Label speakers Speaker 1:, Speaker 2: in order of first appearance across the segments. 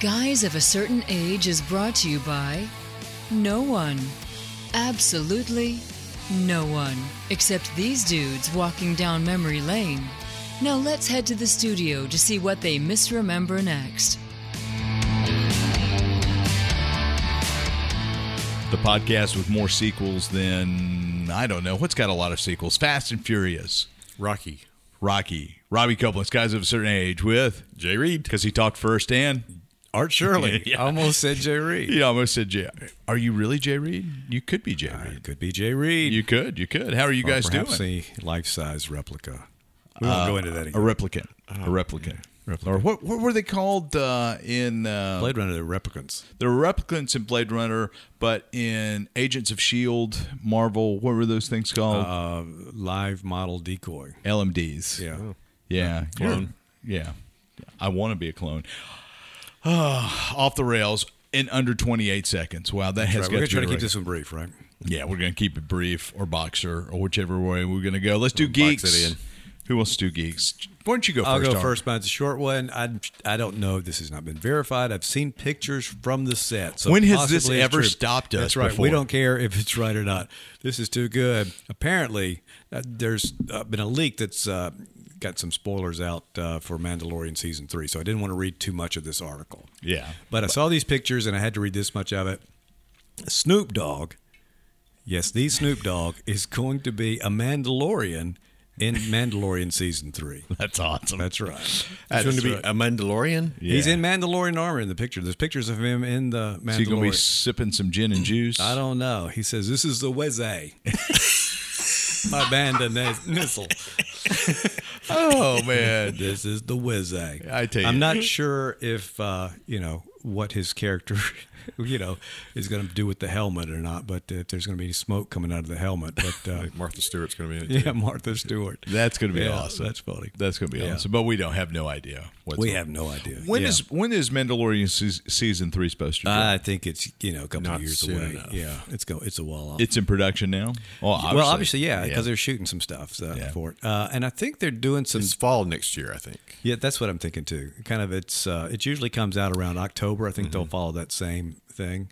Speaker 1: Guys of a Certain Age is brought to you by no one. Absolutely no one. Except these dudes walking down memory lane. Now let's head to the studio to see what they misremember next.
Speaker 2: the podcast with more sequels than I don't know what's got a lot of sequels. Fast and Furious,
Speaker 3: Rocky.
Speaker 2: Rocky, Robbie Copeland's guys of a certain age with
Speaker 3: Jay Reed.
Speaker 2: because he talked first and
Speaker 3: Art Shirley.
Speaker 2: Yeah.
Speaker 3: Almost said Jay Reed.
Speaker 2: he almost said Jay. Are you really Jay Reed? You could be Jay Reed.
Speaker 3: It could be Jay Reed.
Speaker 2: You could, you could. How are you
Speaker 3: Or
Speaker 2: guys doing?
Speaker 3: perhaps a life-size replica. Uh, We won't go into that
Speaker 2: a
Speaker 3: again.
Speaker 2: replicant,
Speaker 3: Oh,
Speaker 2: a replicant. Or what, what were they called uh, in uh,
Speaker 3: Blade Runner, the replicants.
Speaker 2: there were replicants in Blade Runner, but in Agents of Shield, E Marvel, what were those things called?
Speaker 3: Uh, live model decoy.
Speaker 2: LMDs.
Speaker 3: Yeah.
Speaker 2: Yeah.
Speaker 3: Clone.
Speaker 2: you're- Yeah. I want to be a clone. Ah, off the rails in under 28 seconds. Wow, that has got
Speaker 3: Right, we're going to
Speaker 2: to be a
Speaker 3: try to keep
Speaker 2: record.
Speaker 3: this one brief, right?
Speaker 2: Yeah, we're going to keep it brief or boxer or whichever way we're going to go. Let's do
Speaker 3: box
Speaker 2: geeks.
Speaker 3: it in.
Speaker 2: Who wants to do geeks? Why don't you go
Speaker 3: I'll
Speaker 2: first?
Speaker 3: go
Speaker 2: Arnold?
Speaker 3: first, but it's a short one. I, I don't know. This has not been verified. I've seen pictures from the set. So
Speaker 2: When has this
Speaker 3: possibly it's
Speaker 2: ever
Speaker 3: true.
Speaker 2: stopped us
Speaker 3: That's right.
Speaker 2: before?
Speaker 3: We don't care if it's right or not. This is too good. Apparently, uh, there's uh, been a leak that's uh, got some spoilers out uh, for Mandalorian season three. So I didn't want to read too much of this article.
Speaker 2: Yeah.
Speaker 3: But I saw these pictures and I had to read this much of it. Snoop Dogg, yes, the Snoop Dogg is going to be a Mandalorian in Mandalorian season three.
Speaker 2: That's awesome.
Speaker 3: That's right.
Speaker 4: He's going to be
Speaker 2: right.
Speaker 4: a Mandalorian.
Speaker 3: He's
Speaker 2: Yeah.
Speaker 3: in Mandalorian armor in the picture. There's pictures of him in the
Speaker 2: Is he going to be
Speaker 3: Mandalorian.
Speaker 2: sipping some gin and juice?
Speaker 3: I don't know. He says, This is the Weze. My band and that's missile.
Speaker 2: Oh, man.
Speaker 3: This is the Weze.
Speaker 2: I tell you.
Speaker 3: I'm not sure if, uh, you know, what his character, you know, is going to do with the helmet or not, but if there's going to be any smoke coming out of the helmet. But uh,
Speaker 4: Martha Stewart's going to be in it.
Speaker 3: yeah, Martha Stewart.
Speaker 2: That's going to be
Speaker 3: Yeah,
Speaker 2: awesome.
Speaker 3: That's funny.
Speaker 2: That's going to be
Speaker 3: Yeah.
Speaker 2: awesome. But we don't have no idea. what's
Speaker 3: We
Speaker 2: on.
Speaker 3: have no idea.
Speaker 2: When
Speaker 3: Yeah. Uh,
Speaker 2: is when is Mandalorian se- season three supposed to? drop?
Speaker 3: I think it's you know a couple
Speaker 4: Not
Speaker 3: of years
Speaker 4: soon
Speaker 3: away.
Speaker 4: enough.
Speaker 3: Yeah, it's go. It's a while off.
Speaker 2: It's in production now. Well, obviously,
Speaker 3: Well, obviously, yeah, because they're shooting some stuff uh,
Speaker 2: Yeah.
Speaker 3: for it, uh, and I think they're doing some.
Speaker 4: It's fall next year, I think.
Speaker 3: yeah, that's what I'm thinking too. Kind of, it's uh, it usually comes out around October. I think they'll follow that same thing,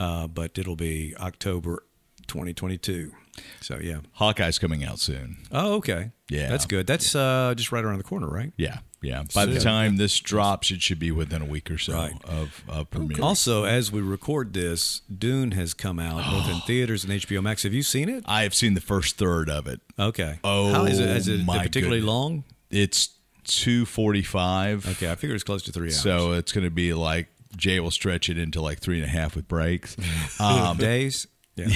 Speaker 3: uh, but it'll be October 2022. So yeah.
Speaker 2: Hawkeye's coming out soon.
Speaker 3: Oh, okay.
Speaker 2: Yeah.
Speaker 3: that's good. That's uh, just right around the corner, right?
Speaker 2: Yeah, yeah. By the
Speaker 3: Soon.
Speaker 2: time this drops, it should be within a week or so
Speaker 3: Right.
Speaker 2: of, of premiere.
Speaker 3: Also, as we record this, Dune has come out both in theaters and HBO Max. Have you seen it?
Speaker 2: I have seen the first third of it.
Speaker 3: Okay.
Speaker 2: Oh,
Speaker 3: how is it? Is it
Speaker 2: my
Speaker 3: particularly
Speaker 2: goodness.
Speaker 3: long?
Speaker 2: It's two forty five.
Speaker 3: Okay, I figure it's close to three hours.
Speaker 2: so it's going to be like Jay will stretch it into like three and a half with breaks.
Speaker 3: um, days. Yeah.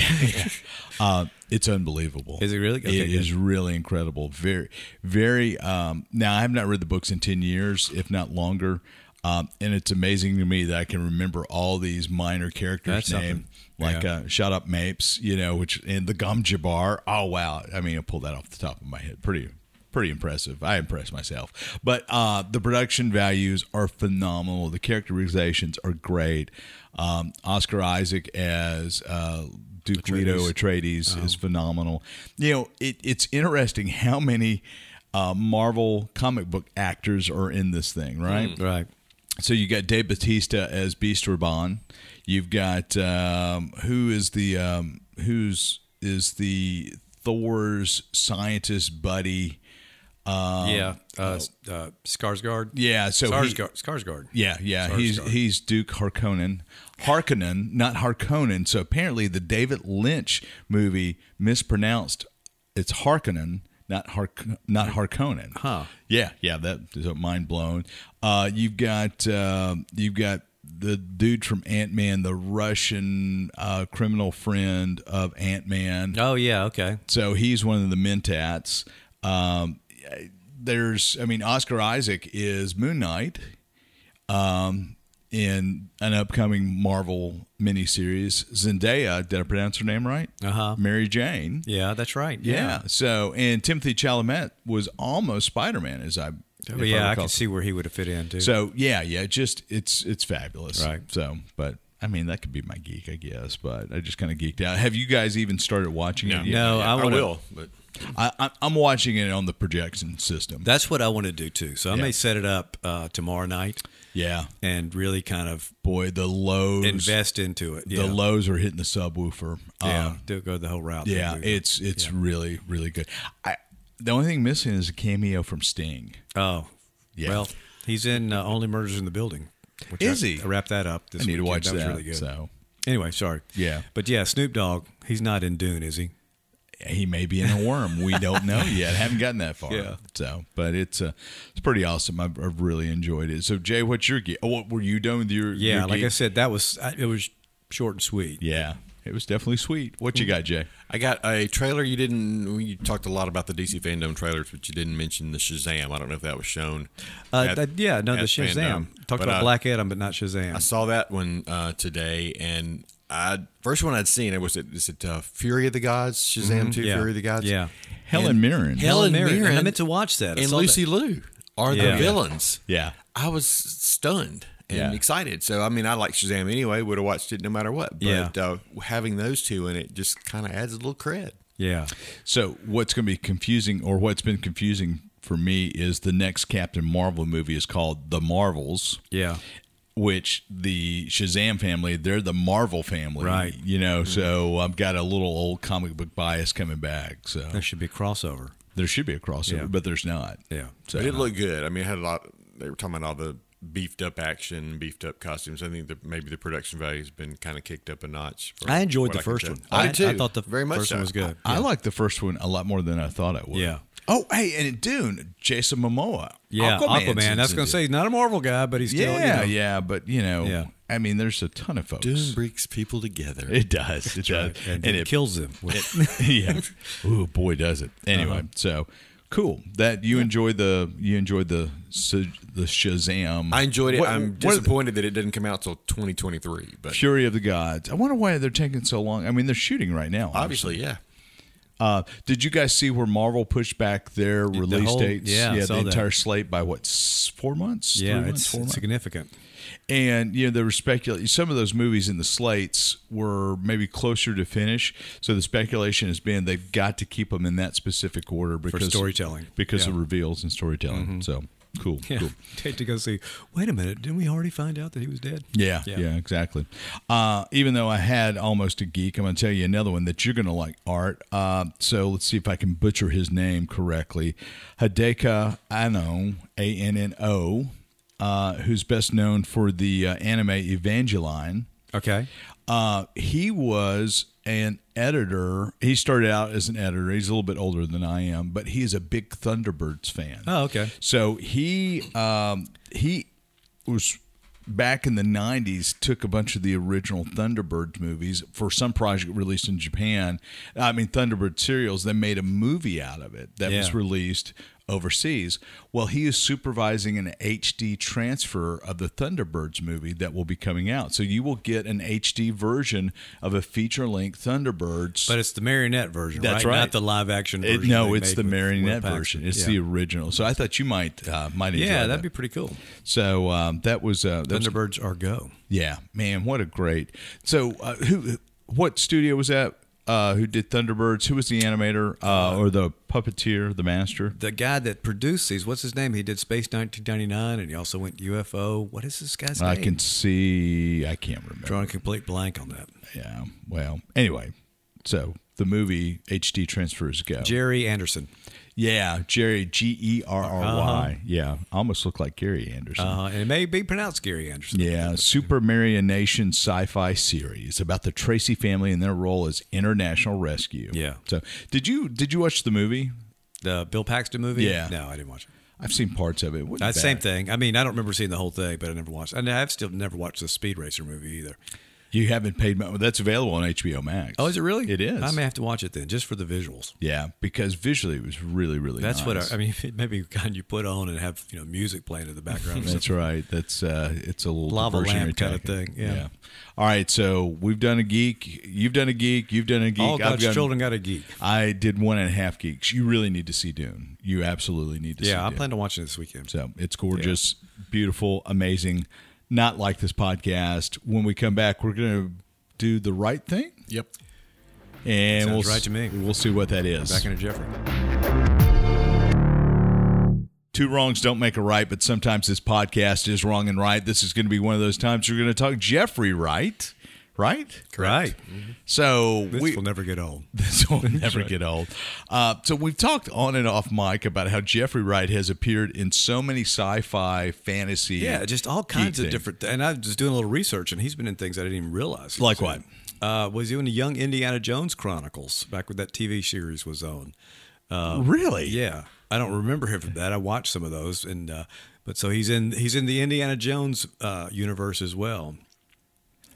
Speaker 2: Uh, it's unbelievable.
Speaker 3: Is it really? Okay,
Speaker 2: it
Speaker 3: good.
Speaker 2: is really incredible. Very, very. Um, now I have not read the books in ten years, if not longer, um, and it's amazing to me that I can remember all these minor characters'
Speaker 3: That's
Speaker 2: names,
Speaker 3: something.
Speaker 2: like
Speaker 3: Yeah.
Speaker 2: uh, "Shut Up Mapes," you know, which and the Gum Jabbar. Oh wow! I mean, I pulled that off the top of my head. Pretty. Pretty impressive. I impressed myself, but uh, the production values are phenomenal. The characterizations are great. Um, Oscar Isaac as uh, Duke Leto Atreides is phenomenal. You know, it, it's interesting how many uh, Marvel comic book actors are in this thing, right?
Speaker 3: Right.
Speaker 2: So you got Dave Batista as Beast Raban. You've got um, who is the um, who's is the Thor's scientist buddy?
Speaker 3: yeah. Uh, uh, Skarsgård.
Speaker 2: Yeah, so he-
Speaker 3: Skarsgård. Skarsgård.
Speaker 2: Yeah, yeah,
Speaker 3: Sorry,
Speaker 2: he's
Speaker 3: sorry.
Speaker 2: he's Duke Harkonnen, Harkonnen, not Harkonnen. So apparently, the David Lynch movie mispronounced. It's Harkonnen, not Hark, not Harkonnen.
Speaker 3: Huh.
Speaker 2: Yeah, yeah, that is a mind blown. Uh, you've got uh, you've got the dude from Ant Man, the Russian uh, criminal friend of Ant Man.
Speaker 3: Oh yeah. Okay.
Speaker 2: So he's one of the Mentats. Um, there's, I mean, Oscar Isaac is Moon Knight um, in an upcoming Marvel miniseries. Zendaya, did I pronounce her name right?
Speaker 3: Uh-huh.
Speaker 2: Mary Jane.
Speaker 3: Yeah, that's right.
Speaker 2: Yeah. So, and Timothy Chalamet was almost Spider Man, as I. if
Speaker 3: Oh, Yeah, I,
Speaker 2: recall.
Speaker 3: can see where he would have fit in too.
Speaker 2: So yeah, yeah, just it's it's fabulous.
Speaker 3: Right.
Speaker 2: So, but I mean, that could be my geek, I guess, but I just kind of geeked out. Have you guys even started watching
Speaker 4: No.
Speaker 2: it? yet?
Speaker 3: No, I
Speaker 4: I,
Speaker 3: wanna-
Speaker 4: will, but
Speaker 2: I, I, I'm watching it on the projection system.
Speaker 3: That's what I want to do too. So I
Speaker 2: Yeah.
Speaker 3: may set it up uh, tomorrow night
Speaker 2: yeah,
Speaker 3: and really kind of
Speaker 2: boy, the lows,
Speaker 3: invest into it.
Speaker 2: the
Speaker 3: yeah.
Speaker 2: lows are hitting the subwoofer.
Speaker 3: Yeah,
Speaker 2: Um,
Speaker 3: do go the whole route.
Speaker 2: Yeah,
Speaker 3: Do that.
Speaker 2: it's it's really really good. I the only thing missing is a cameo from Sting.
Speaker 3: oh,
Speaker 2: Yeah.
Speaker 3: Well, he's in uh, Only Murders in the Building. Which
Speaker 2: Is
Speaker 3: I,
Speaker 2: he?
Speaker 3: I wrapped that up. This
Speaker 2: I need to
Speaker 3: weekend.
Speaker 2: watch that.
Speaker 3: was really good.
Speaker 2: So
Speaker 3: Anyway, sorry.
Speaker 2: Yeah.
Speaker 3: but yeah, Snoop Dogg. He's not in Dune, is he?
Speaker 2: he may be in a worm. We don't know yet. Haven't gotten that far.
Speaker 3: Yeah.
Speaker 2: So, but it's uh, it's pretty awesome. I've, I've really enjoyed it. So, Jay, what's your geek? Oh, what were you done with your?
Speaker 3: Yeah,
Speaker 2: your
Speaker 3: like I
Speaker 2: geek?
Speaker 3: said, that was I- it was short and sweet.
Speaker 2: Yeah, it was definitely sweet. What you
Speaker 3: Mm.
Speaker 2: got, Jay?
Speaker 4: I got a trailer. You didn't. You talked a lot about the DC fandom trailers, but you didn't mention the Shazam. I don't know if that was shown.
Speaker 3: Uh,
Speaker 4: at-
Speaker 3: that- yeah, no, the
Speaker 4: at
Speaker 3: Shazam.
Speaker 4: fandom.
Speaker 3: Talked
Speaker 4: But
Speaker 3: about
Speaker 4: I-
Speaker 3: Black Adam, but not Shazam.
Speaker 4: I saw that one uh, today, and I first one I'd seen it was it is it uh, Fury of the Gods, Shazam Two,
Speaker 3: Mm-hmm. yeah,
Speaker 4: Fury of the Gods,
Speaker 3: yeah.
Speaker 2: Helen
Speaker 4: And-
Speaker 2: Mirren.
Speaker 4: Helen
Speaker 3: Mary,
Speaker 4: Mirren
Speaker 3: and I meant to watch that. I
Speaker 4: and
Speaker 3: saw
Speaker 4: Lucy Liu are
Speaker 3: Yeah.
Speaker 4: the villains.
Speaker 2: Yeah.
Speaker 4: I was stunned and
Speaker 2: Yeah.
Speaker 4: excited. So I mean, I like Shazam anyway. Would have watched it no matter what. But
Speaker 3: Yeah.
Speaker 4: uh, having those two in it just kind of adds a little cred.
Speaker 3: That. Yeah,
Speaker 2: So, what's going to be confusing, or what's been confusing for me, is the next Captain Marvel movie is called The Marvels.
Speaker 3: yeah.
Speaker 2: which the Shazam family, they're the Marvel family,
Speaker 3: Right.
Speaker 2: You know, so I've got a little old comic book bias coming back. So
Speaker 3: There should be a crossover.
Speaker 2: there should be a crossover,
Speaker 3: Yeah.
Speaker 2: but there's not.
Speaker 3: Yeah.
Speaker 2: So
Speaker 4: But it looked good. I mean, it had a lot. They were talking about all the beefed up action, beefed up costumes. I think that maybe the production value has been kind of kicked up a notch. for
Speaker 3: I enjoyed
Speaker 4: what
Speaker 3: the
Speaker 4: can
Speaker 3: first
Speaker 4: tell.
Speaker 3: one.
Speaker 4: I,
Speaker 3: I-
Speaker 4: did too.
Speaker 3: I thought the
Speaker 4: very much
Speaker 3: first one
Speaker 4: so.
Speaker 3: was good.
Speaker 2: I like the first one a lot more than I thought I would.
Speaker 3: Yeah.
Speaker 2: Oh, hey, and in Dune, Jason Momoa.
Speaker 3: Yeah, Aquaman. That's
Speaker 2: to
Speaker 3: going to say he's not a Marvel guy, but he's still.
Speaker 2: Yeah,
Speaker 3: you know.
Speaker 2: yeah, but you know,
Speaker 3: Yeah.
Speaker 2: I mean, there's a ton of folks.
Speaker 4: Doom brings people together.
Speaker 2: It does. It does.
Speaker 3: And, it, kills him. With,
Speaker 2: yeah. Ooh, boy, does it. Anyway,
Speaker 3: Uh-huh.
Speaker 2: so cool that you enjoyed the you enjoyed the Sh- the Shazam.
Speaker 4: I enjoyed it.
Speaker 2: What-
Speaker 4: I'm
Speaker 2: what are the-
Speaker 4: disappointed that it didn't come out till 2023. But
Speaker 2: Fury of the Gods. I wonder why they're taking so long. I mean, they're shooting right now.
Speaker 4: obviously, yeah.
Speaker 2: Uh, did you guys see where Marvel pushed back their release
Speaker 3: whole-
Speaker 2: dates?
Speaker 3: yeah, I
Speaker 2: yeah, the
Speaker 3: saw that.
Speaker 2: entire slate by what s- four months? Three
Speaker 3: yeah,
Speaker 2: months,
Speaker 3: it's,
Speaker 2: four
Speaker 3: it's
Speaker 2: months?
Speaker 3: significant.
Speaker 2: and you know there were speculating some of those movies in the slates were maybe closer to finish so the speculation has been they've got to keep them in that specific order because
Speaker 3: storytelling.
Speaker 2: because
Speaker 3: Yeah. Mm-hmm.
Speaker 2: of reveals and storytelling so cool
Speaker 3: Yeah.
Speaker 2: cool
Speaker 3: to go see. Wait a minute, didn't we already find out that he was dead?
Speaker 2: yeah, yeah,
Speaker 3: Yeah.
Speaker 2: exactly. Uh, even though I had almost a geek, I'm going to tell you another one that you're going to like, Art. Uh, so let's see if I can butcher his name correctly. Hideka Anno, A N N O, uh, who's best known for the uh, anime Evangeline.
Speaker 3: Okay.
Speaker 2: Uh, he was an editor. He started out as an editor. He's a little bit older than I am, but he is a big Thunderbirds fan.
Speaker 3: Oh, okay.
Speaker 2: So he um, he was back in the '90s. Took a bunch of the original Thunderbirds movies for some project released in Japan. I mean, Thunderbird serials. They made a movie out of it that was
Speaker 3: Yeah.
Speaker 2: released overseas. Well, he is supervising an HD transfer of the Thunderbirds movie that will be coming out. So you will get an HD version of a feature length Thunderbirds.
Speaker 3: But it's the marionette version,
Speaker 2: That's right.
Speaker 3: Not the live action
Speaker 2: It-
Speaker 3: version.
Speaker 2: no,
Speaker 3: they
Speaker 2: it's
Speaker 3: made
Speaker 2: the
Speaker 3: with-
Speaker 2: marionette
Speaker 3: with Paxton.
Speaker 2: version. It's
Speaker 3: yeah.
Speaker 2: the original. So I thought you might uh, might enjoy
Speaker 3: Yeah,
Speaker 2: that.
Speaker 3: that'd be pretty cool.
Speaker 2: so um, that was uh, that was,
Speaker 3: Thunderbirds are go.
Speaker 2: yeah, man, what a great. So uh, who what studio was that? Uh, who did Thunderbirds? Who was the animator uh, or the puppeteer, the master?
Speaker 3: The guy that produced these, what's his name? He did Space 1999, and he also went UFO. What is this guy's
Speaker 2: I
Speaker 3: name?
Speaker 2: can see. I can't remember.
Speaker 3: drawing a complete blank on that.
Speaker 2: Yeah. Well, anyway, so the movie HD transfers go.
Speaker 3: Jerry Anderson.
Speaker 2: yeah, Jerry G E R R
Speaker 3: Uh-huh.
Speaker 2: Y. Yeah, almost look like Gary Anderson.
Speaker 3: Uh, and it may be pronounced Gary Anderson.
Speaker 2: Yeah, Super Marionation sci-fi series about the Tracy family and their role as international rescue.
Speaker 3: Yeah.
Speaker 2: So, did you did you watch the movie?
Speaker 3: The Bill Paxton movie?
Speaker 2: Yeah.
Speaker 3: No, I didn't watch it.
Speaker 2: I've seen parts of it. It wasn't bad.
Speaker 3: That's the Uh, same thing. I mean, I don't remember seeing the whole thing, but I never watched. And I've still never watched the Speed Racer movie either.
Speaker 2: You haven't paid. mo- That's available on HBO Max.
Speaker 3: Oh, is it really?
Speaker 2: It is.
Speaker 3: I may have to watch it then, just for the visuals.
Speaker 2: yeah, because visually it was really really.
Speaker 3: That's what
Speaker 2: nice.
Speaker 3: I, I mean. Maybe kind you put on and have you know music playing in the background.
Speaker 2: That's right. That's uh, it's a little
Speaker 3: Lava
Speaker 2: diversionary
Speaker 3: lamp kinda
Speaker 2: tactic.
Speaker 3: thing, yeah.
Speaker 2: All right. So we've done a geek. You've done a geek. You've done a geek.
Speaker 3: All
Speaker 2: I've
Speaker 3: God's
Speaker 2: done-
Speaker 3: Oh, children got a geek.
Speaker 2: I did one and a half geeks. You really need to see Dune. You absolutely need to. see
Speaker 3: Yeah, I
Speaker 2: Dune.
Speaker 3: plan to watch it this weekend.
Speaker 2: So it's gorgeous, beautiful, amazing. not like this podcast. When we come back, we're going to do the right thing,
Speaker 4: Yep.
Speaker 2: and
Speaker 3: Sounds
Speaker 2: we'll s-
Speaker 3: right to me.
Speaker 2: We'll see what that is.
Speaker 3: Back into Jeffrey.
Speaker 2: Two wrongs don't make a right, but sometimes this podcast is wrong and right. This is going to be one of those times you're going to talk Jeffrey right, right?
Speaker 3: Right.
Speaker 2: So
Speaker 3: This
Speaker 2: we
Speaker 3: will never get old.
Speaker 2: this will never get old. Uh, so we've talked on and off mic about how Jeffrey Wright has appeared in so many sci-fi, fantasy,
Speaker 3: Yeah, just all
Speaker 2: geek
Speaker 3: kinds of
Speaker 2: things.
Speaker 3: different. And I was just doing a little research, and he's been in things I didn't even realize. he
Speaker 2: Like
Speaker 3: was
Speaker 2: what?
Speaker 3: in. Uh, was doing the Young Indiana Jones Chronicles back when that TV series was on.
Speaker 2: really,
Speaker 3: Yeah, I don't remember him from that. I watched some of those, and uh, but so he's in he's in the Indiana Jones uh, universe as well.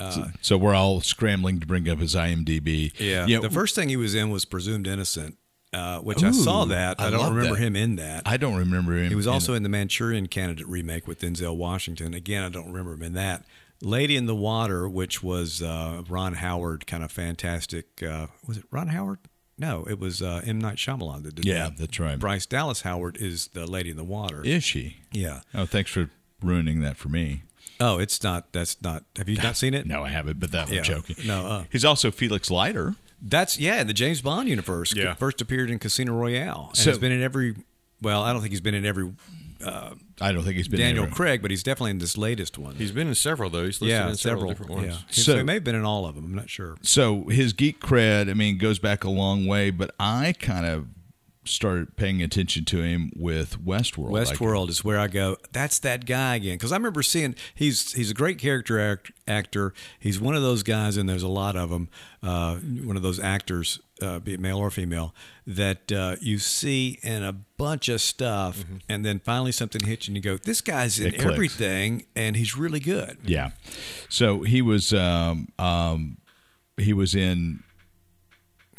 Speaker 2: uh, So we're all scrambling to bring up his IMDb. You
Speaker 3: yeah.
Speaker 2: know,
Speaker 3: The first thing he was in was Presumed Innocent, uh, which I saw
Speaker 2: Ooh,
Speaker 3: that.
Speaker 2: I
Speaker 3: I, don't
Speaker 2: love
Speaker 3: remember
Speaker 2: that.
Speaker 3: him in that.
Speaker 2: I don't remember him.
Speaker 3: He was also in the Manchurian Candidate remake with Denzel Washington. Again, I don't remember him in that. Lady in the Water, which was uh, Ron Howard, kind of fantastic. Uh, was it Ron Howard? No, it was uh, M. Night Shyamalan that did
Speaker 2: Yeah,
Speaker 3: that.
Speaker 2: that's right.
Speaker 3: Bryce Dallas Howard is the Lady in the Water.
Speaker 2: Is she?
Speaker 3: yeah.
Speaker 2: Oh, thanks for ruining that for me.
Speaker 3: Oh, it's not. That's not. Have you not seen it?
Speaker 2: No, I haven't. But that was
Speaker 3: Yeah.
Speaker 2: joking.
Speaker 3: No, uh.
Speaker 2: he's also Felix Leiter.
Speaker 3: That's yeah. in The James Bond universe
Speaker 4: Yeah.
Speaker 3: first appeared in Casino Royale. And
Speaker 2: So-
Speaker 3: has been in every. Well, I don't think he's been in every
Speaker 2: I don't think he's been
Speaker 3: Daniel
Speaker 2: anywhere.
Speaker 3: Craig, but he's definitely in this latest one.
Speaker 4: He's been in several though. He's listed
Speaker 3: yeah,
Speaker 4: in several,
Speaker 3: several,
Speaker 4: different ones.
Speaker 3: Yeah. So,
Speaker 2: So-
Speaker 3: he may have been in all of them. I'm not sure.
Speaker 2: so his geek cred, I mean, goes back a long way, but I kind of started paying attention to him with Westworld. Like,
Speaker 3: Westworld is where I go. That's that guy again. Because I remember seeing he's he's a great character act, actor. He's one of those guys, and there's a lot of them. Uh, one of those actors, uh, be it male or female, that uh, you see in a bunch of stuff, and then finally something hits you, and you go, "This guy's in
Speaker 2: Mm-hmm. It clicks.
Speaker 3: everything, and he's really good."
Speaker 2: yeah. So he was, um, um, he was in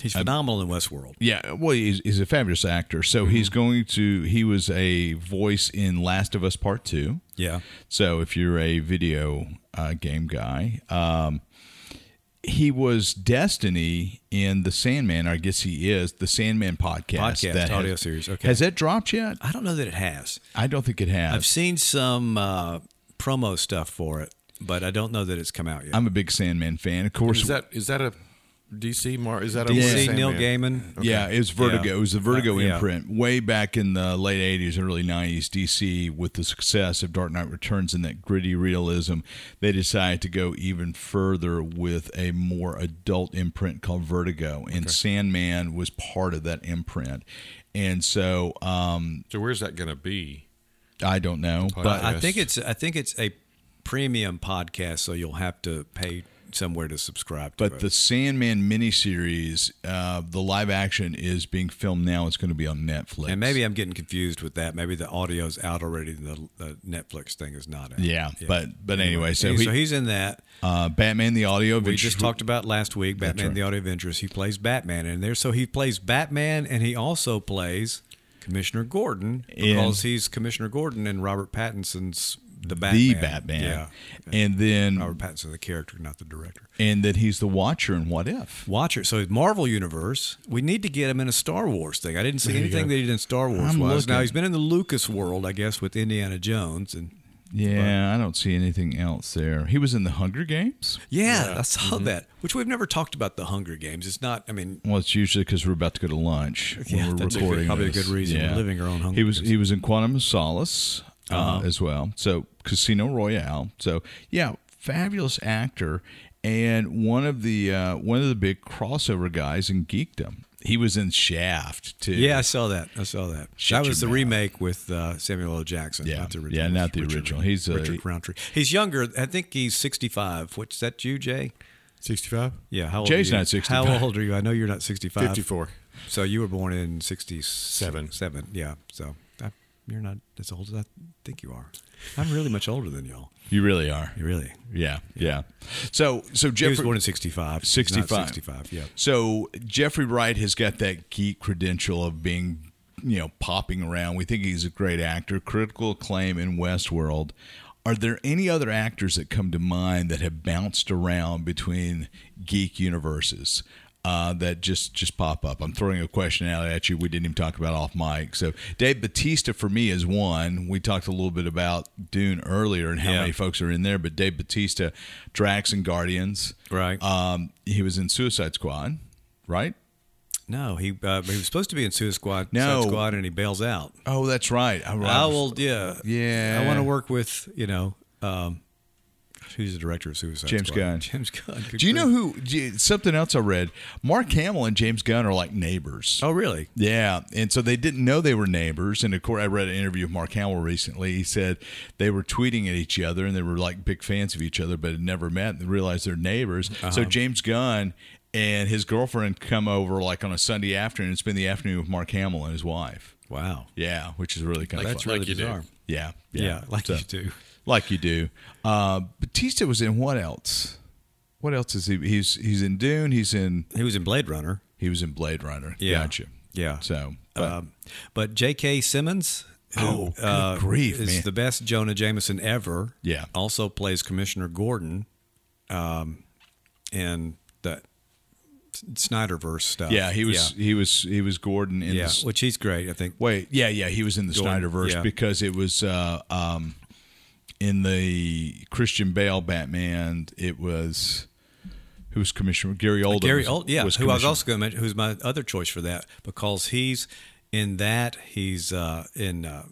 Speaker 3: He's phenomenal in Westworld.
Speaker 2: Yeah, well, he's, he's a fabulous actor. So he's going to. He was a voice in Last of Us Part Two.
Speaker 3: Yeah,
Speaker 2: So if you're a video uh, game guy, um, he was Destiny in the Sandman. I guess he is the Sandman podcast.
Speaker 3: Podcast, audio series, okay.
Speaker 2: has that dropped yet?
Speaker 3: I don't know that it has.
Speaker 2: I don't think it has.
Speaker 3: I've seen some uh, promo stuff for it, but I don't know that it's come out yet.
Speaker 2: I'm a big Sandman fan. Of course,
Speaker 4: Is that is that a DC Mar? Is that a
Speaker 3: You
Speaker 4: Mark
Speaker 3: see
Speaker 4: Sandman?
Speaker 3: Neil Gaiman.
Speaker 2: Yeah, it was Vertigo.
Speaker 3: Yeah.
Speaker 2: It was the Vertigo
Speaker 3: Uh, yeah.
Speaker 2: imprint way back in the late 80s, early 90s. DC, with the success of Dark Knight Returns and that gritty realism, they decided to go even further with a more adult imprint called Vertigo. And Sandman was part of that imprint. And so um,
Speaker 4: So where's that going to be?
Speaker 2: I don't know, but
Speaker 3: I think it's I think it's a premium podcast, so you'll have to pay somewhere to subscribe to
Speaker 2: But
Speaker 3: it.
Speaker 2: the Sandman miniseries, uh, the live action is being filmed now. It's going to be on Netflix.
Speaker 3: and maybe I'm getting confused with that. Maybe the audio's out already. and The, the Netflix thing is not out.
Speaker 2: Yeah, but but anyway, so,
Speaker 3: So,
Speaker 2: he,
Speaker 3: he's in that.
Speaker 2: uh, Batman the Audio
Speaker 3: We
Speaker 2: Adventures
Speaker 3: just
Speaker 2: with-
Speaker 3: talked about last week, Batman
Speaker 2: right.
Speaker 3: the Audio Adventures. He plays Batman in there, so he plays Batman, and he also plays Commissioner Gordon because he's Commissioner Gordon and Robert Pattinson's the Batman.
Speaker 2: the Batman.
Speaker 3: Yeah,
Speaker 2: And then
Speaker 3: Robert Pattinson the character, not the director.
Speaker 2: and then he's the Watcher in What If.
Speaker 3: Watcher. So Marvel Universe, we need to get him in a Star Wars thing. I didn't see anything that he did in Star Wars.
Speaker 2: I'm
Speaker 3: Was. Now
Speaker 2: looking.
Speaker 3: he's been in the Lucas world, I guess, with Indiana Jones, and
Speaker 2: Yeah, I don't see anything else there. He was in the Hunger Games.
Speaker 3: yeah, I saw
Speaker 2: Mm-hmm.
Speaker 3: that. Which we've never talked about the Hunger Games. It's not. I mean,
Speaker 2: Well, it's usually because we're about to go to lunch when
Speaker 3: Yeah,
Speaker 2: we're
Speaker 3: that's a good-
Speaker 2: recording.
Speaker 3: probably a
Speaker 2: this.
Speaker 3: good reason. We're living our own Hunger
Speaker 2: He was
Speaker 3: Games. Uh-huh.
Speaker 2: he was in Quantum of Solace uh, as well. So Casino Royale. So yeah, fabulous actor and one of the uh, one of the big crossover guys in geekdom. He was in Shaft too.
Speaker 3: yeah, I saw that. I saw that.
Speaker 2: Shut
Speaker 3: that
Speaker 2: your
Speaker 3: was the
Speaker 2: mouth.
Speaker 3: remake with uh, Samuel L. Jackson.
Speaker 2: Yeah.
Speaker 3: not the original.
Speaker 2: Yeah, not the
Speaker 3: Richard-
Speaker 2: original. He's, uh,
Speaker 3: Richard Roundtree. He's younger. I think he's sixty-five. Which is that you, Jay?
Speaker 4: Sixty-five.
Speaker 3: Yeah, how old
Speaker 2: Jay's
Speaker 3: are you?
Speaker 2: not 65.
Speaker 3: How old are you? I know you're not 65.
Speaker 4: 54.
Speaker 3: So you were born in 67.
Speaker 4: Seven.
Speaker 3: Seven, yeah. So I, you're not as old as I think you are. I'm really much older than y'all.
Speaker 2: you really are.
Speaker 3: You really?
Speaker 2: Yeah, yeah. So so
Speaker 3: He was
Speaker 2: Jeffrey
Speaker 3: born in 65. He's not
Speaker 2: 65.
Speaker 3: 65, yeah.
Speaker 2: So Jeffrey Wright has got that geek credential of being, you know, popping around. We think he's a great actor, critical acclaim in Westworld. Are there any other actors that come to mind that have bounced around between geek universes? uh, that just just pop up. I'm throwing a question out at you. We didn't even talk about off mic. So Dave Batista for me is one. We talked a little bit about Dune earlier and how
Speaker 3: Yeah.
Speaker 2: many folks are in there, but Dave Batista, Drax and Guardians.
Speaker 3: Right.
Speaker 2: Um, he was in Suicide Squad, right?
Speaker 3: No, he uh, he was supposed to be in Suicide Squad,
Speaker 2: No.
Speaker 3: Suicide Squad, and he bails out.
Speaker 2: Oh, that's right. I,
Speaker 3: I will, yeah,
Speaker 2: Yeah.
Speaker 3: I want to work with you know, um, who's the director of Suicide
Speaker 2: James
Speaker 3: Squad?
Speaker 2: Gunn.
Speaker 3: James Gunn. Good
Speaker 2: Do you know
Speaker 3: grief.
Speaker 2: who? do you- Something else I read. Mark Hamill and James Gunn are like neighbors.
Speaker 3: Oh, really?
Speaker 2: Yeah, and so they didn't know they were neighbors. And of course, I read an interview with Mark Hamill recently. He said they were tweeting at each other and they were like big fans of each other, but had never met and realized they're neighbors.
Speaker 3: Uh-huh.
Speaker 2: So James Gunn and his girlfriend come over like on a Sunday afternoon and spend the afternoon with Mark Hamill and his wife.
Speaker 3: Wow,
Speaker 2: Yeah, which is really kind of
Speaker 3: that's
Speaker 2: fun.
Speaker 3: really
Speaker 4: you do.
Speaker 3: bizarre.
Speaker 2: yeah,
Speaker 3: Yeah, like
Speaker 2: So-
Speaker 3: you do.
Speaker 2: like you do. Uh, Batista was in what else? What else is he? He's he's in Dune. He's in
Speaker 3: He was in Blade Runner.
Speaker 2: he was in Blade Runner.
Speaker 3: Yeah.
Speaker 2: Gotcha.
Speaker 3: Yeah.
Speaker 2: So but-
Speaker 3: Um, but J.K. Simmons, who, uh,
Speaker 2: Oh, good grief,
Speaker 3: is
Speaker 2: man.
Speaker 3: the best Jonah Jameson ever.
Speaker 2: Yeah.
Speaker 3: also plays Commissioner Gordon, um, in the Snyderverse stuff.
Speaker 2: Yeah, he was he was he was Gordon in
Speaker 3: Yeah,
Speaker 2: the
Speaker 3: which he's great. I think.
Speaker 2: wait, yeah, yeah, he was in the
Speaker 3: Gordon,
Speaker 2: Snyderverse
Speaker 3: yeah.
Speaker 2: because it was uh um in the Christian Bale Batman, it was who was commissioner Gary Oldham.
Speaker 3: Uh, Gary
Speaker 2: was-
Speaker 3: Old, yeah,
Speaker 2: was
Speaker 3: who I was
Speaker 2: commissioner.
Speaker 3: also going to mention, who's my other choice for that, because he's in that. He's uh, in uh,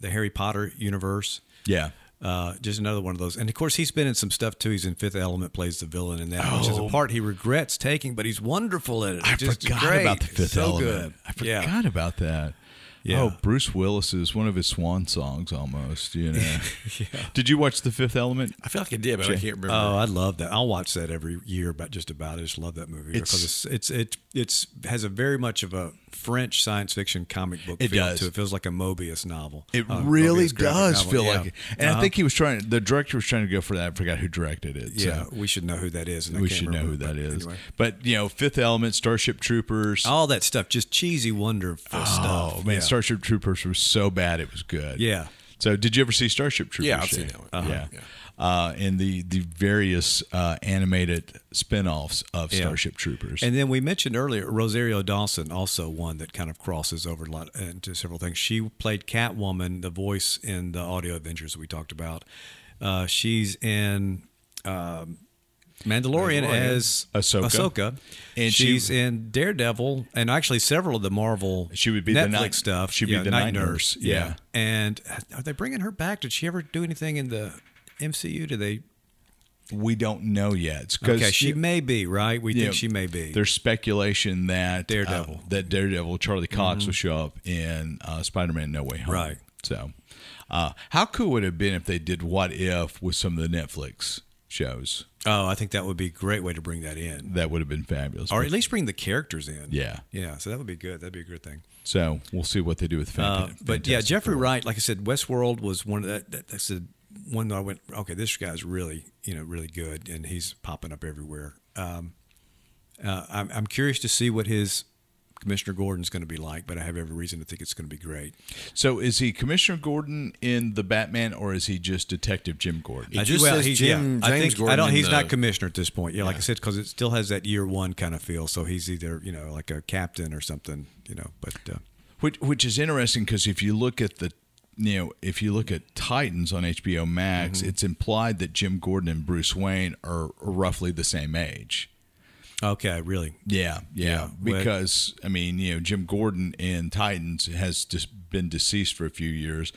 Speaker 3: the Harry Potter universe.
Speaker 2: Yeah.
Speaker 3: Uh, just another one of those, and of course he's been in some stuff too. He's in Fifth Element, plays the villain in that, which is a part he regrets taking, but he's wonderful at it.
Speaker 2: Oh. I
Speaker 3: It's just
Speaker 2: forgot
Speaker 3: great.
Speaker 2: about the
Speaker 3: It's
Speaker 2: fifth
Speaker 3: so
Speaker 2: element.
Speaker 3: Good.
Speaker 2: I
Speaker 3: Yeah.
Speaker 2: forgot about that.
Speaker 3: Yeah.
Speaker 2: Oh, Bruce Willis is one of his swan songs almost, you know. Did you watch The Fifth Element?
Speaker 4: I feel like I did, but I can't remember.
Speaker 3: Oh, I love that. I'll watch that every year, but just about. I just love that movie
Speaker 2: It's-
Speaker 3: because it's it's it it's has a very much of a French science fiction comic book
Speaker 2: It
Speaker 3: feel
Speaker 2: does.
Speaker 3: to it. It feels like a Mobius novel.
Speaker 2: It
Speaker 3: Uh,
Speaker 2: really
Speaker 3: Mobius graphic
Speaker 2: does
Speaker 3: novel,
Speaker 2: feel
Speaker 3: yeah. Uh-huh.
Speaker 2: like it. And I think he was trying the director was trying to go for that. I forgot who directed it.
Speaker 3: yeah,
Speaker 2: so.
Speaker 3: we should know who that is. and I
Speaker 2: we
Speaker 3: can't
Speaker 2: should know who
Speaker 3: remember,
Speaker 2: that
Speaker 3: but
Speaker 2: is.
Speaker 3: anyway.
Speaker 2: But you know, Fifth Element, Starship Troopers.
Speaker 3: All that stuff, just cheesy, wonderful stuff.
Speaker 2: Oh, man,
Speaker 3: yeah.
Speaker 2: Starship Troopers was so bad it was good.
Speaker 3: Yeah.
Speaker 2: So did you ever see Starship Troopers?
Speaker 4: Yeah, I've
Speaker 2: Shay?
Speaker 4: seen that one. Uh-huh.
Speaker 2: Yeah.
Speaker 4: Yeah.
Speaker 2: Uh, and the the various uh, animated spin-offs of Starship Troopers.
Speaker 3: And then we mentioned earlier Rosario Dawson, also one that kind of crosses over a lot into several things. She played Catwoman, the voice in the Audio Adventures that we talked about. Uh, she's in um, Mandalorian, as
Speaker 2: Ahsoka. And
Speaker 3: and
Speaker 2: she-
Speaker 3: she's in Daredevil, and actually several of the Marvel.
Speaker 2: She would be the
Speaker 3: Netflix
Speaker 2: night-
Speaker 3: stuff.
Speaker 2: she'd be the night nurse, yeah.
Speaker 3: And are they bringing her back? Did she ever do anything in the MCU? Do they?
Speaker 2: we don't know yet. 'Cause,
Speaker 3: Okay, she may be right. We
Speaker 2: you know,
Speaker 3: think she may be.
Speaker 2: There's speculation that uh,
Speaker 3: Daredevil. Mm-hmm.
Speaker 2: that Daredevil Charlie Cox will show up in uh, Spider-Man: No Way Home.
Speaker 3: Right.
Speaker 2: So, uh, how cool would it have been if they did What If with some of the Netflix shows?
Speaker 3: Oh, I think that would be a great way to bring that in,
Speaker 2: That would have been fabulous.
Speaker 3: or at least bring the characters in.
Speaker 2: Yeah.
Speaker 3: yeah. So that would be good. That'd be a good thing.
Speaker 2: so we'll see what they do with
Speaker 3: Uh,
Speaker 2: Fantastic.
Speaker 3: but yeah, Jeffrey Wright, like I said, Westworld was one of that. that that's the one that I went. Okay, this guy's really, you know, really good, and he's popping up everywhere. Um, uh, I'm, I'm curious to see what his Commissioner Gordon's going to be like, but I have every reason to think it's going to be great.
Speaker 2: So is he Commissioner Gordon in the Batman, or is he just Detective Jim Gordon?
Speaker 4: I- It just says
Speaker 3: he's-
Speaker 4: Jim
Speaker 3: I
Speaker 4: James
Speaker 3: think I
Speaker 4: Gordon
Speaker 3: don't.
Speaker 4: in
Speaker 3: He's
Speaker 4: the-
Speaker 3: not commissioner at this point. Yeah, like I said, because it still has that year one kind of feel. So he's either you know like a captain or something. You know, but uh,
Speaker 2: which which is interesting because if you look at the you know if you look at Titans on HBO Max, it's implied that Jim Gordon and Bruce Wayne are roughly the same age.
Speaker 3: okay, really,
Speaker 2: Yeah, yeah.
Speaker 3: well-
Speaker 2: because I mean, you know, Jim Gordon in Titans has just been deceased for a few years.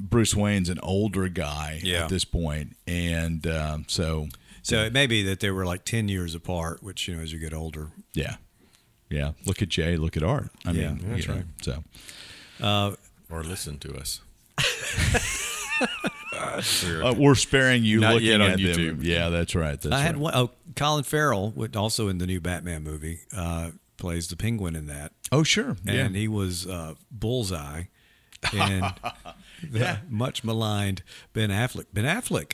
Speaker 2: Bruce Wayne's an older guy
Speaker 3: Yeah.
Speaker 2: at this point, and um, so
Speaker 3: So it may be that they were like ten years apart, which you know, as you get older.
Speaker 2: yeah, yeah. Look at Jay. Look at Art. I
Speaker 3: Yeah,
Speaker 2: mean,
Speaker 3: that's
Speaker 2: you know,
Speaker 3: right.
Speaker 2: So
Speaker 4: or listen to us.
Speaker 2: uh, we're sparing you
Speaker 4: Not
Speaker 2: looking
Speaker 4: yet on
Speaker 2: at them.
Speaker 4: YouTube.
Speaker 2: Yeah, that's right. That's
Speaker 3: I had
Speaker 2: right.
Speaker 3: one. Oh, Colin Farrell, would- also in the new Batman movie, uh, plays the Penguin in that,
Speaker 2: Oh, sure.
Speaker 3: and he was uh, Bullseye, and the much maligned Ben Affleck. Ben Affleck,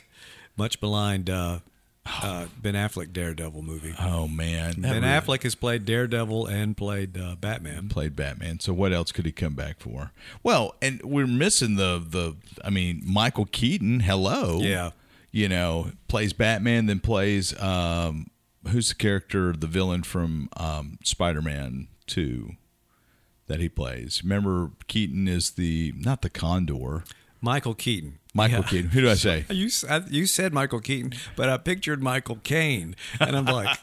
Speaker 3: much maligned uh, uh, Ben Affleck Daredevil movie.
Speaker 2: Oh man, that
Speaker 3: Ben
Speaker 2: really
Speaker 3: Affleck has played Daredevil and played uh, Batman.
Speaker 2: played Batman. So what else could he come back for? Well, and we're missing the the. I mean, Michael Keaton. Hello.
Speaker 3: Yeah.
Speaker 2: You know, plays Batman, then plays um, who's the character, the villain from um, Spider-Man Two that he plays? Remember, Keaton is the not the Condor,
Speaker 3: Michael Keaton.
Speaker 2: Michael Keaton. Who do I say?
Speaker 3: You s- I- you said Michael Keaton, but I pictured Michael Caine, and I'm like,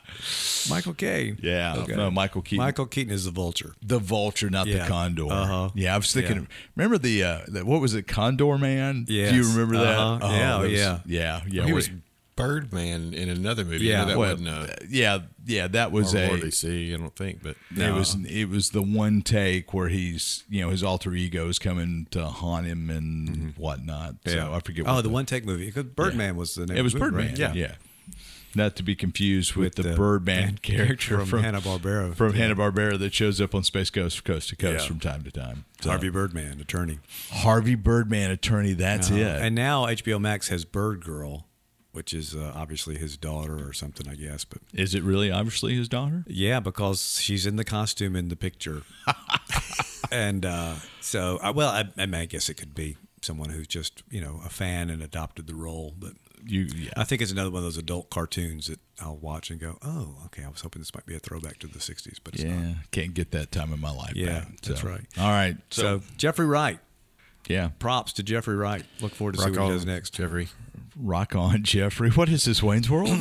Speaker 3: Michael Caine.
Speaker 2: Yeah, no, Michael Keaton.
Speaker 3: Michael Keaton is the Vulture.
Speaker 2: The vulture, not
Speaker 3: Yeah.
Speaker 2: the condor.
Speaker 3: Uh-huh.
Speaker 2: Yeah, I was thinking.
Speaker 3: Yeah.
Speaker 2: Remember the, uh, the what was it? Condor Man.
Speaker 3: Yes.
Speaker 2: Do you remember that? Oh,
Speaker 3: Uh-huh. Yeah,
Speaker 2: that was-
Speaker 3: yeah.
Speaker 2: yeah, yeah.
Speaker 4: he
Speaker 2: we-
Speaker 4: was Birdman in another movie.
Speaker 3: Yeah.
Speaker 4: Yeah, that
Speaker 2: well, uh,
Speaker 4: wasn't a
Speaker 2: yeah, yeah. That was
Speaker 4: Marvel
Speaker 2: a.
Speaker 4: or DC. I don't think, but
Speaker 2: It was it was the one take where he's you know his alter ego is coming to haunt him and whatnot. So I forget.
Speaker 3: Mm-hmm. Oh,
Speaker 2: what
Speaker 3: the one take movie. Because Birdman was the name.
Speaker 2: It was
Speaker 3: of the movie,
Speaker 2: Birdman.
Speaker 3: right?
Speaker 2: Yeah, yeah. Not to be confused with,
Speaker 3: With
Speaker 2: the,
Speaker 3: the
Speaker 2: Birdman
Speaker 3: character
Speaker 2: character
Speaker 3: from Hanna-Barbera.
Speaker 2: From Hanna Barbera that shows up on Space Coast Coast to Coast
Speaker 3: Yeah.
Speaker 2: from time to time. So-
Speaker 3: Harvey Birdman, attorney. Um,
Speaker 2: Harvey Birdman attorney. That's it.
Speaker 3: Uh-huh. And now HBO Max has Bird Girl, which is uh, obviously his daughter or something, I guess. But
Speaker 2: Is it really obviously his daughter?
Speaker 3: yeah, because she's in the costume in the picture, and uh, so I, well, I, I mean, I guess it could be someone who's just you know a fan and adopted the role, but.
Speaker 2: You, yeah.
Speaker 3: I think it's another one of those adult cartoons that I'll watch and go, "Oh, okay." I was hoping this might be a throwback to the '60s, but it's not.
Speaker 2: yeah, can't get that time in my life.
Speaker 3: Yeah,
Speaker 2: back.
Speaker 3: that's right.
Speaker 2: All right,
Speaker 3: So,
Speaker 2: so,
Speaker 3: Jeffrey Wright,
Speaker 2: yeah,
Speaker 3: props to Jeffrey Wright. Look forward to see what he does next.
Speaker 4: Jeffrey.
Speaker 2: rock on, Jeffrey. What is this, Wayne's World?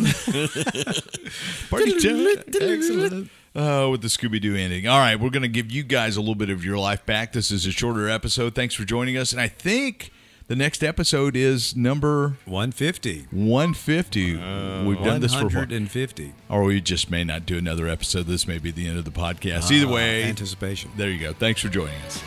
Speaker 2: Party time. Excellent. Uh, with the Scooby Doo ending. All right, we're going to give you guys a little bit of your life back. This is a shorter episode. Thanks for joining us, and I think the next episode is number
Speaker 3: 150,
Speaker 2: 150.
Speaker 3: Uh,
Speaker 2: We've done this for a while.
Speaker 3: 150.
Speaker 2: or we just may not do another episode. This may be the end of the podcast. Either way,
Speaker 3: Uh, anticipation.
Speaker 2: there you go. Thanks for joining us.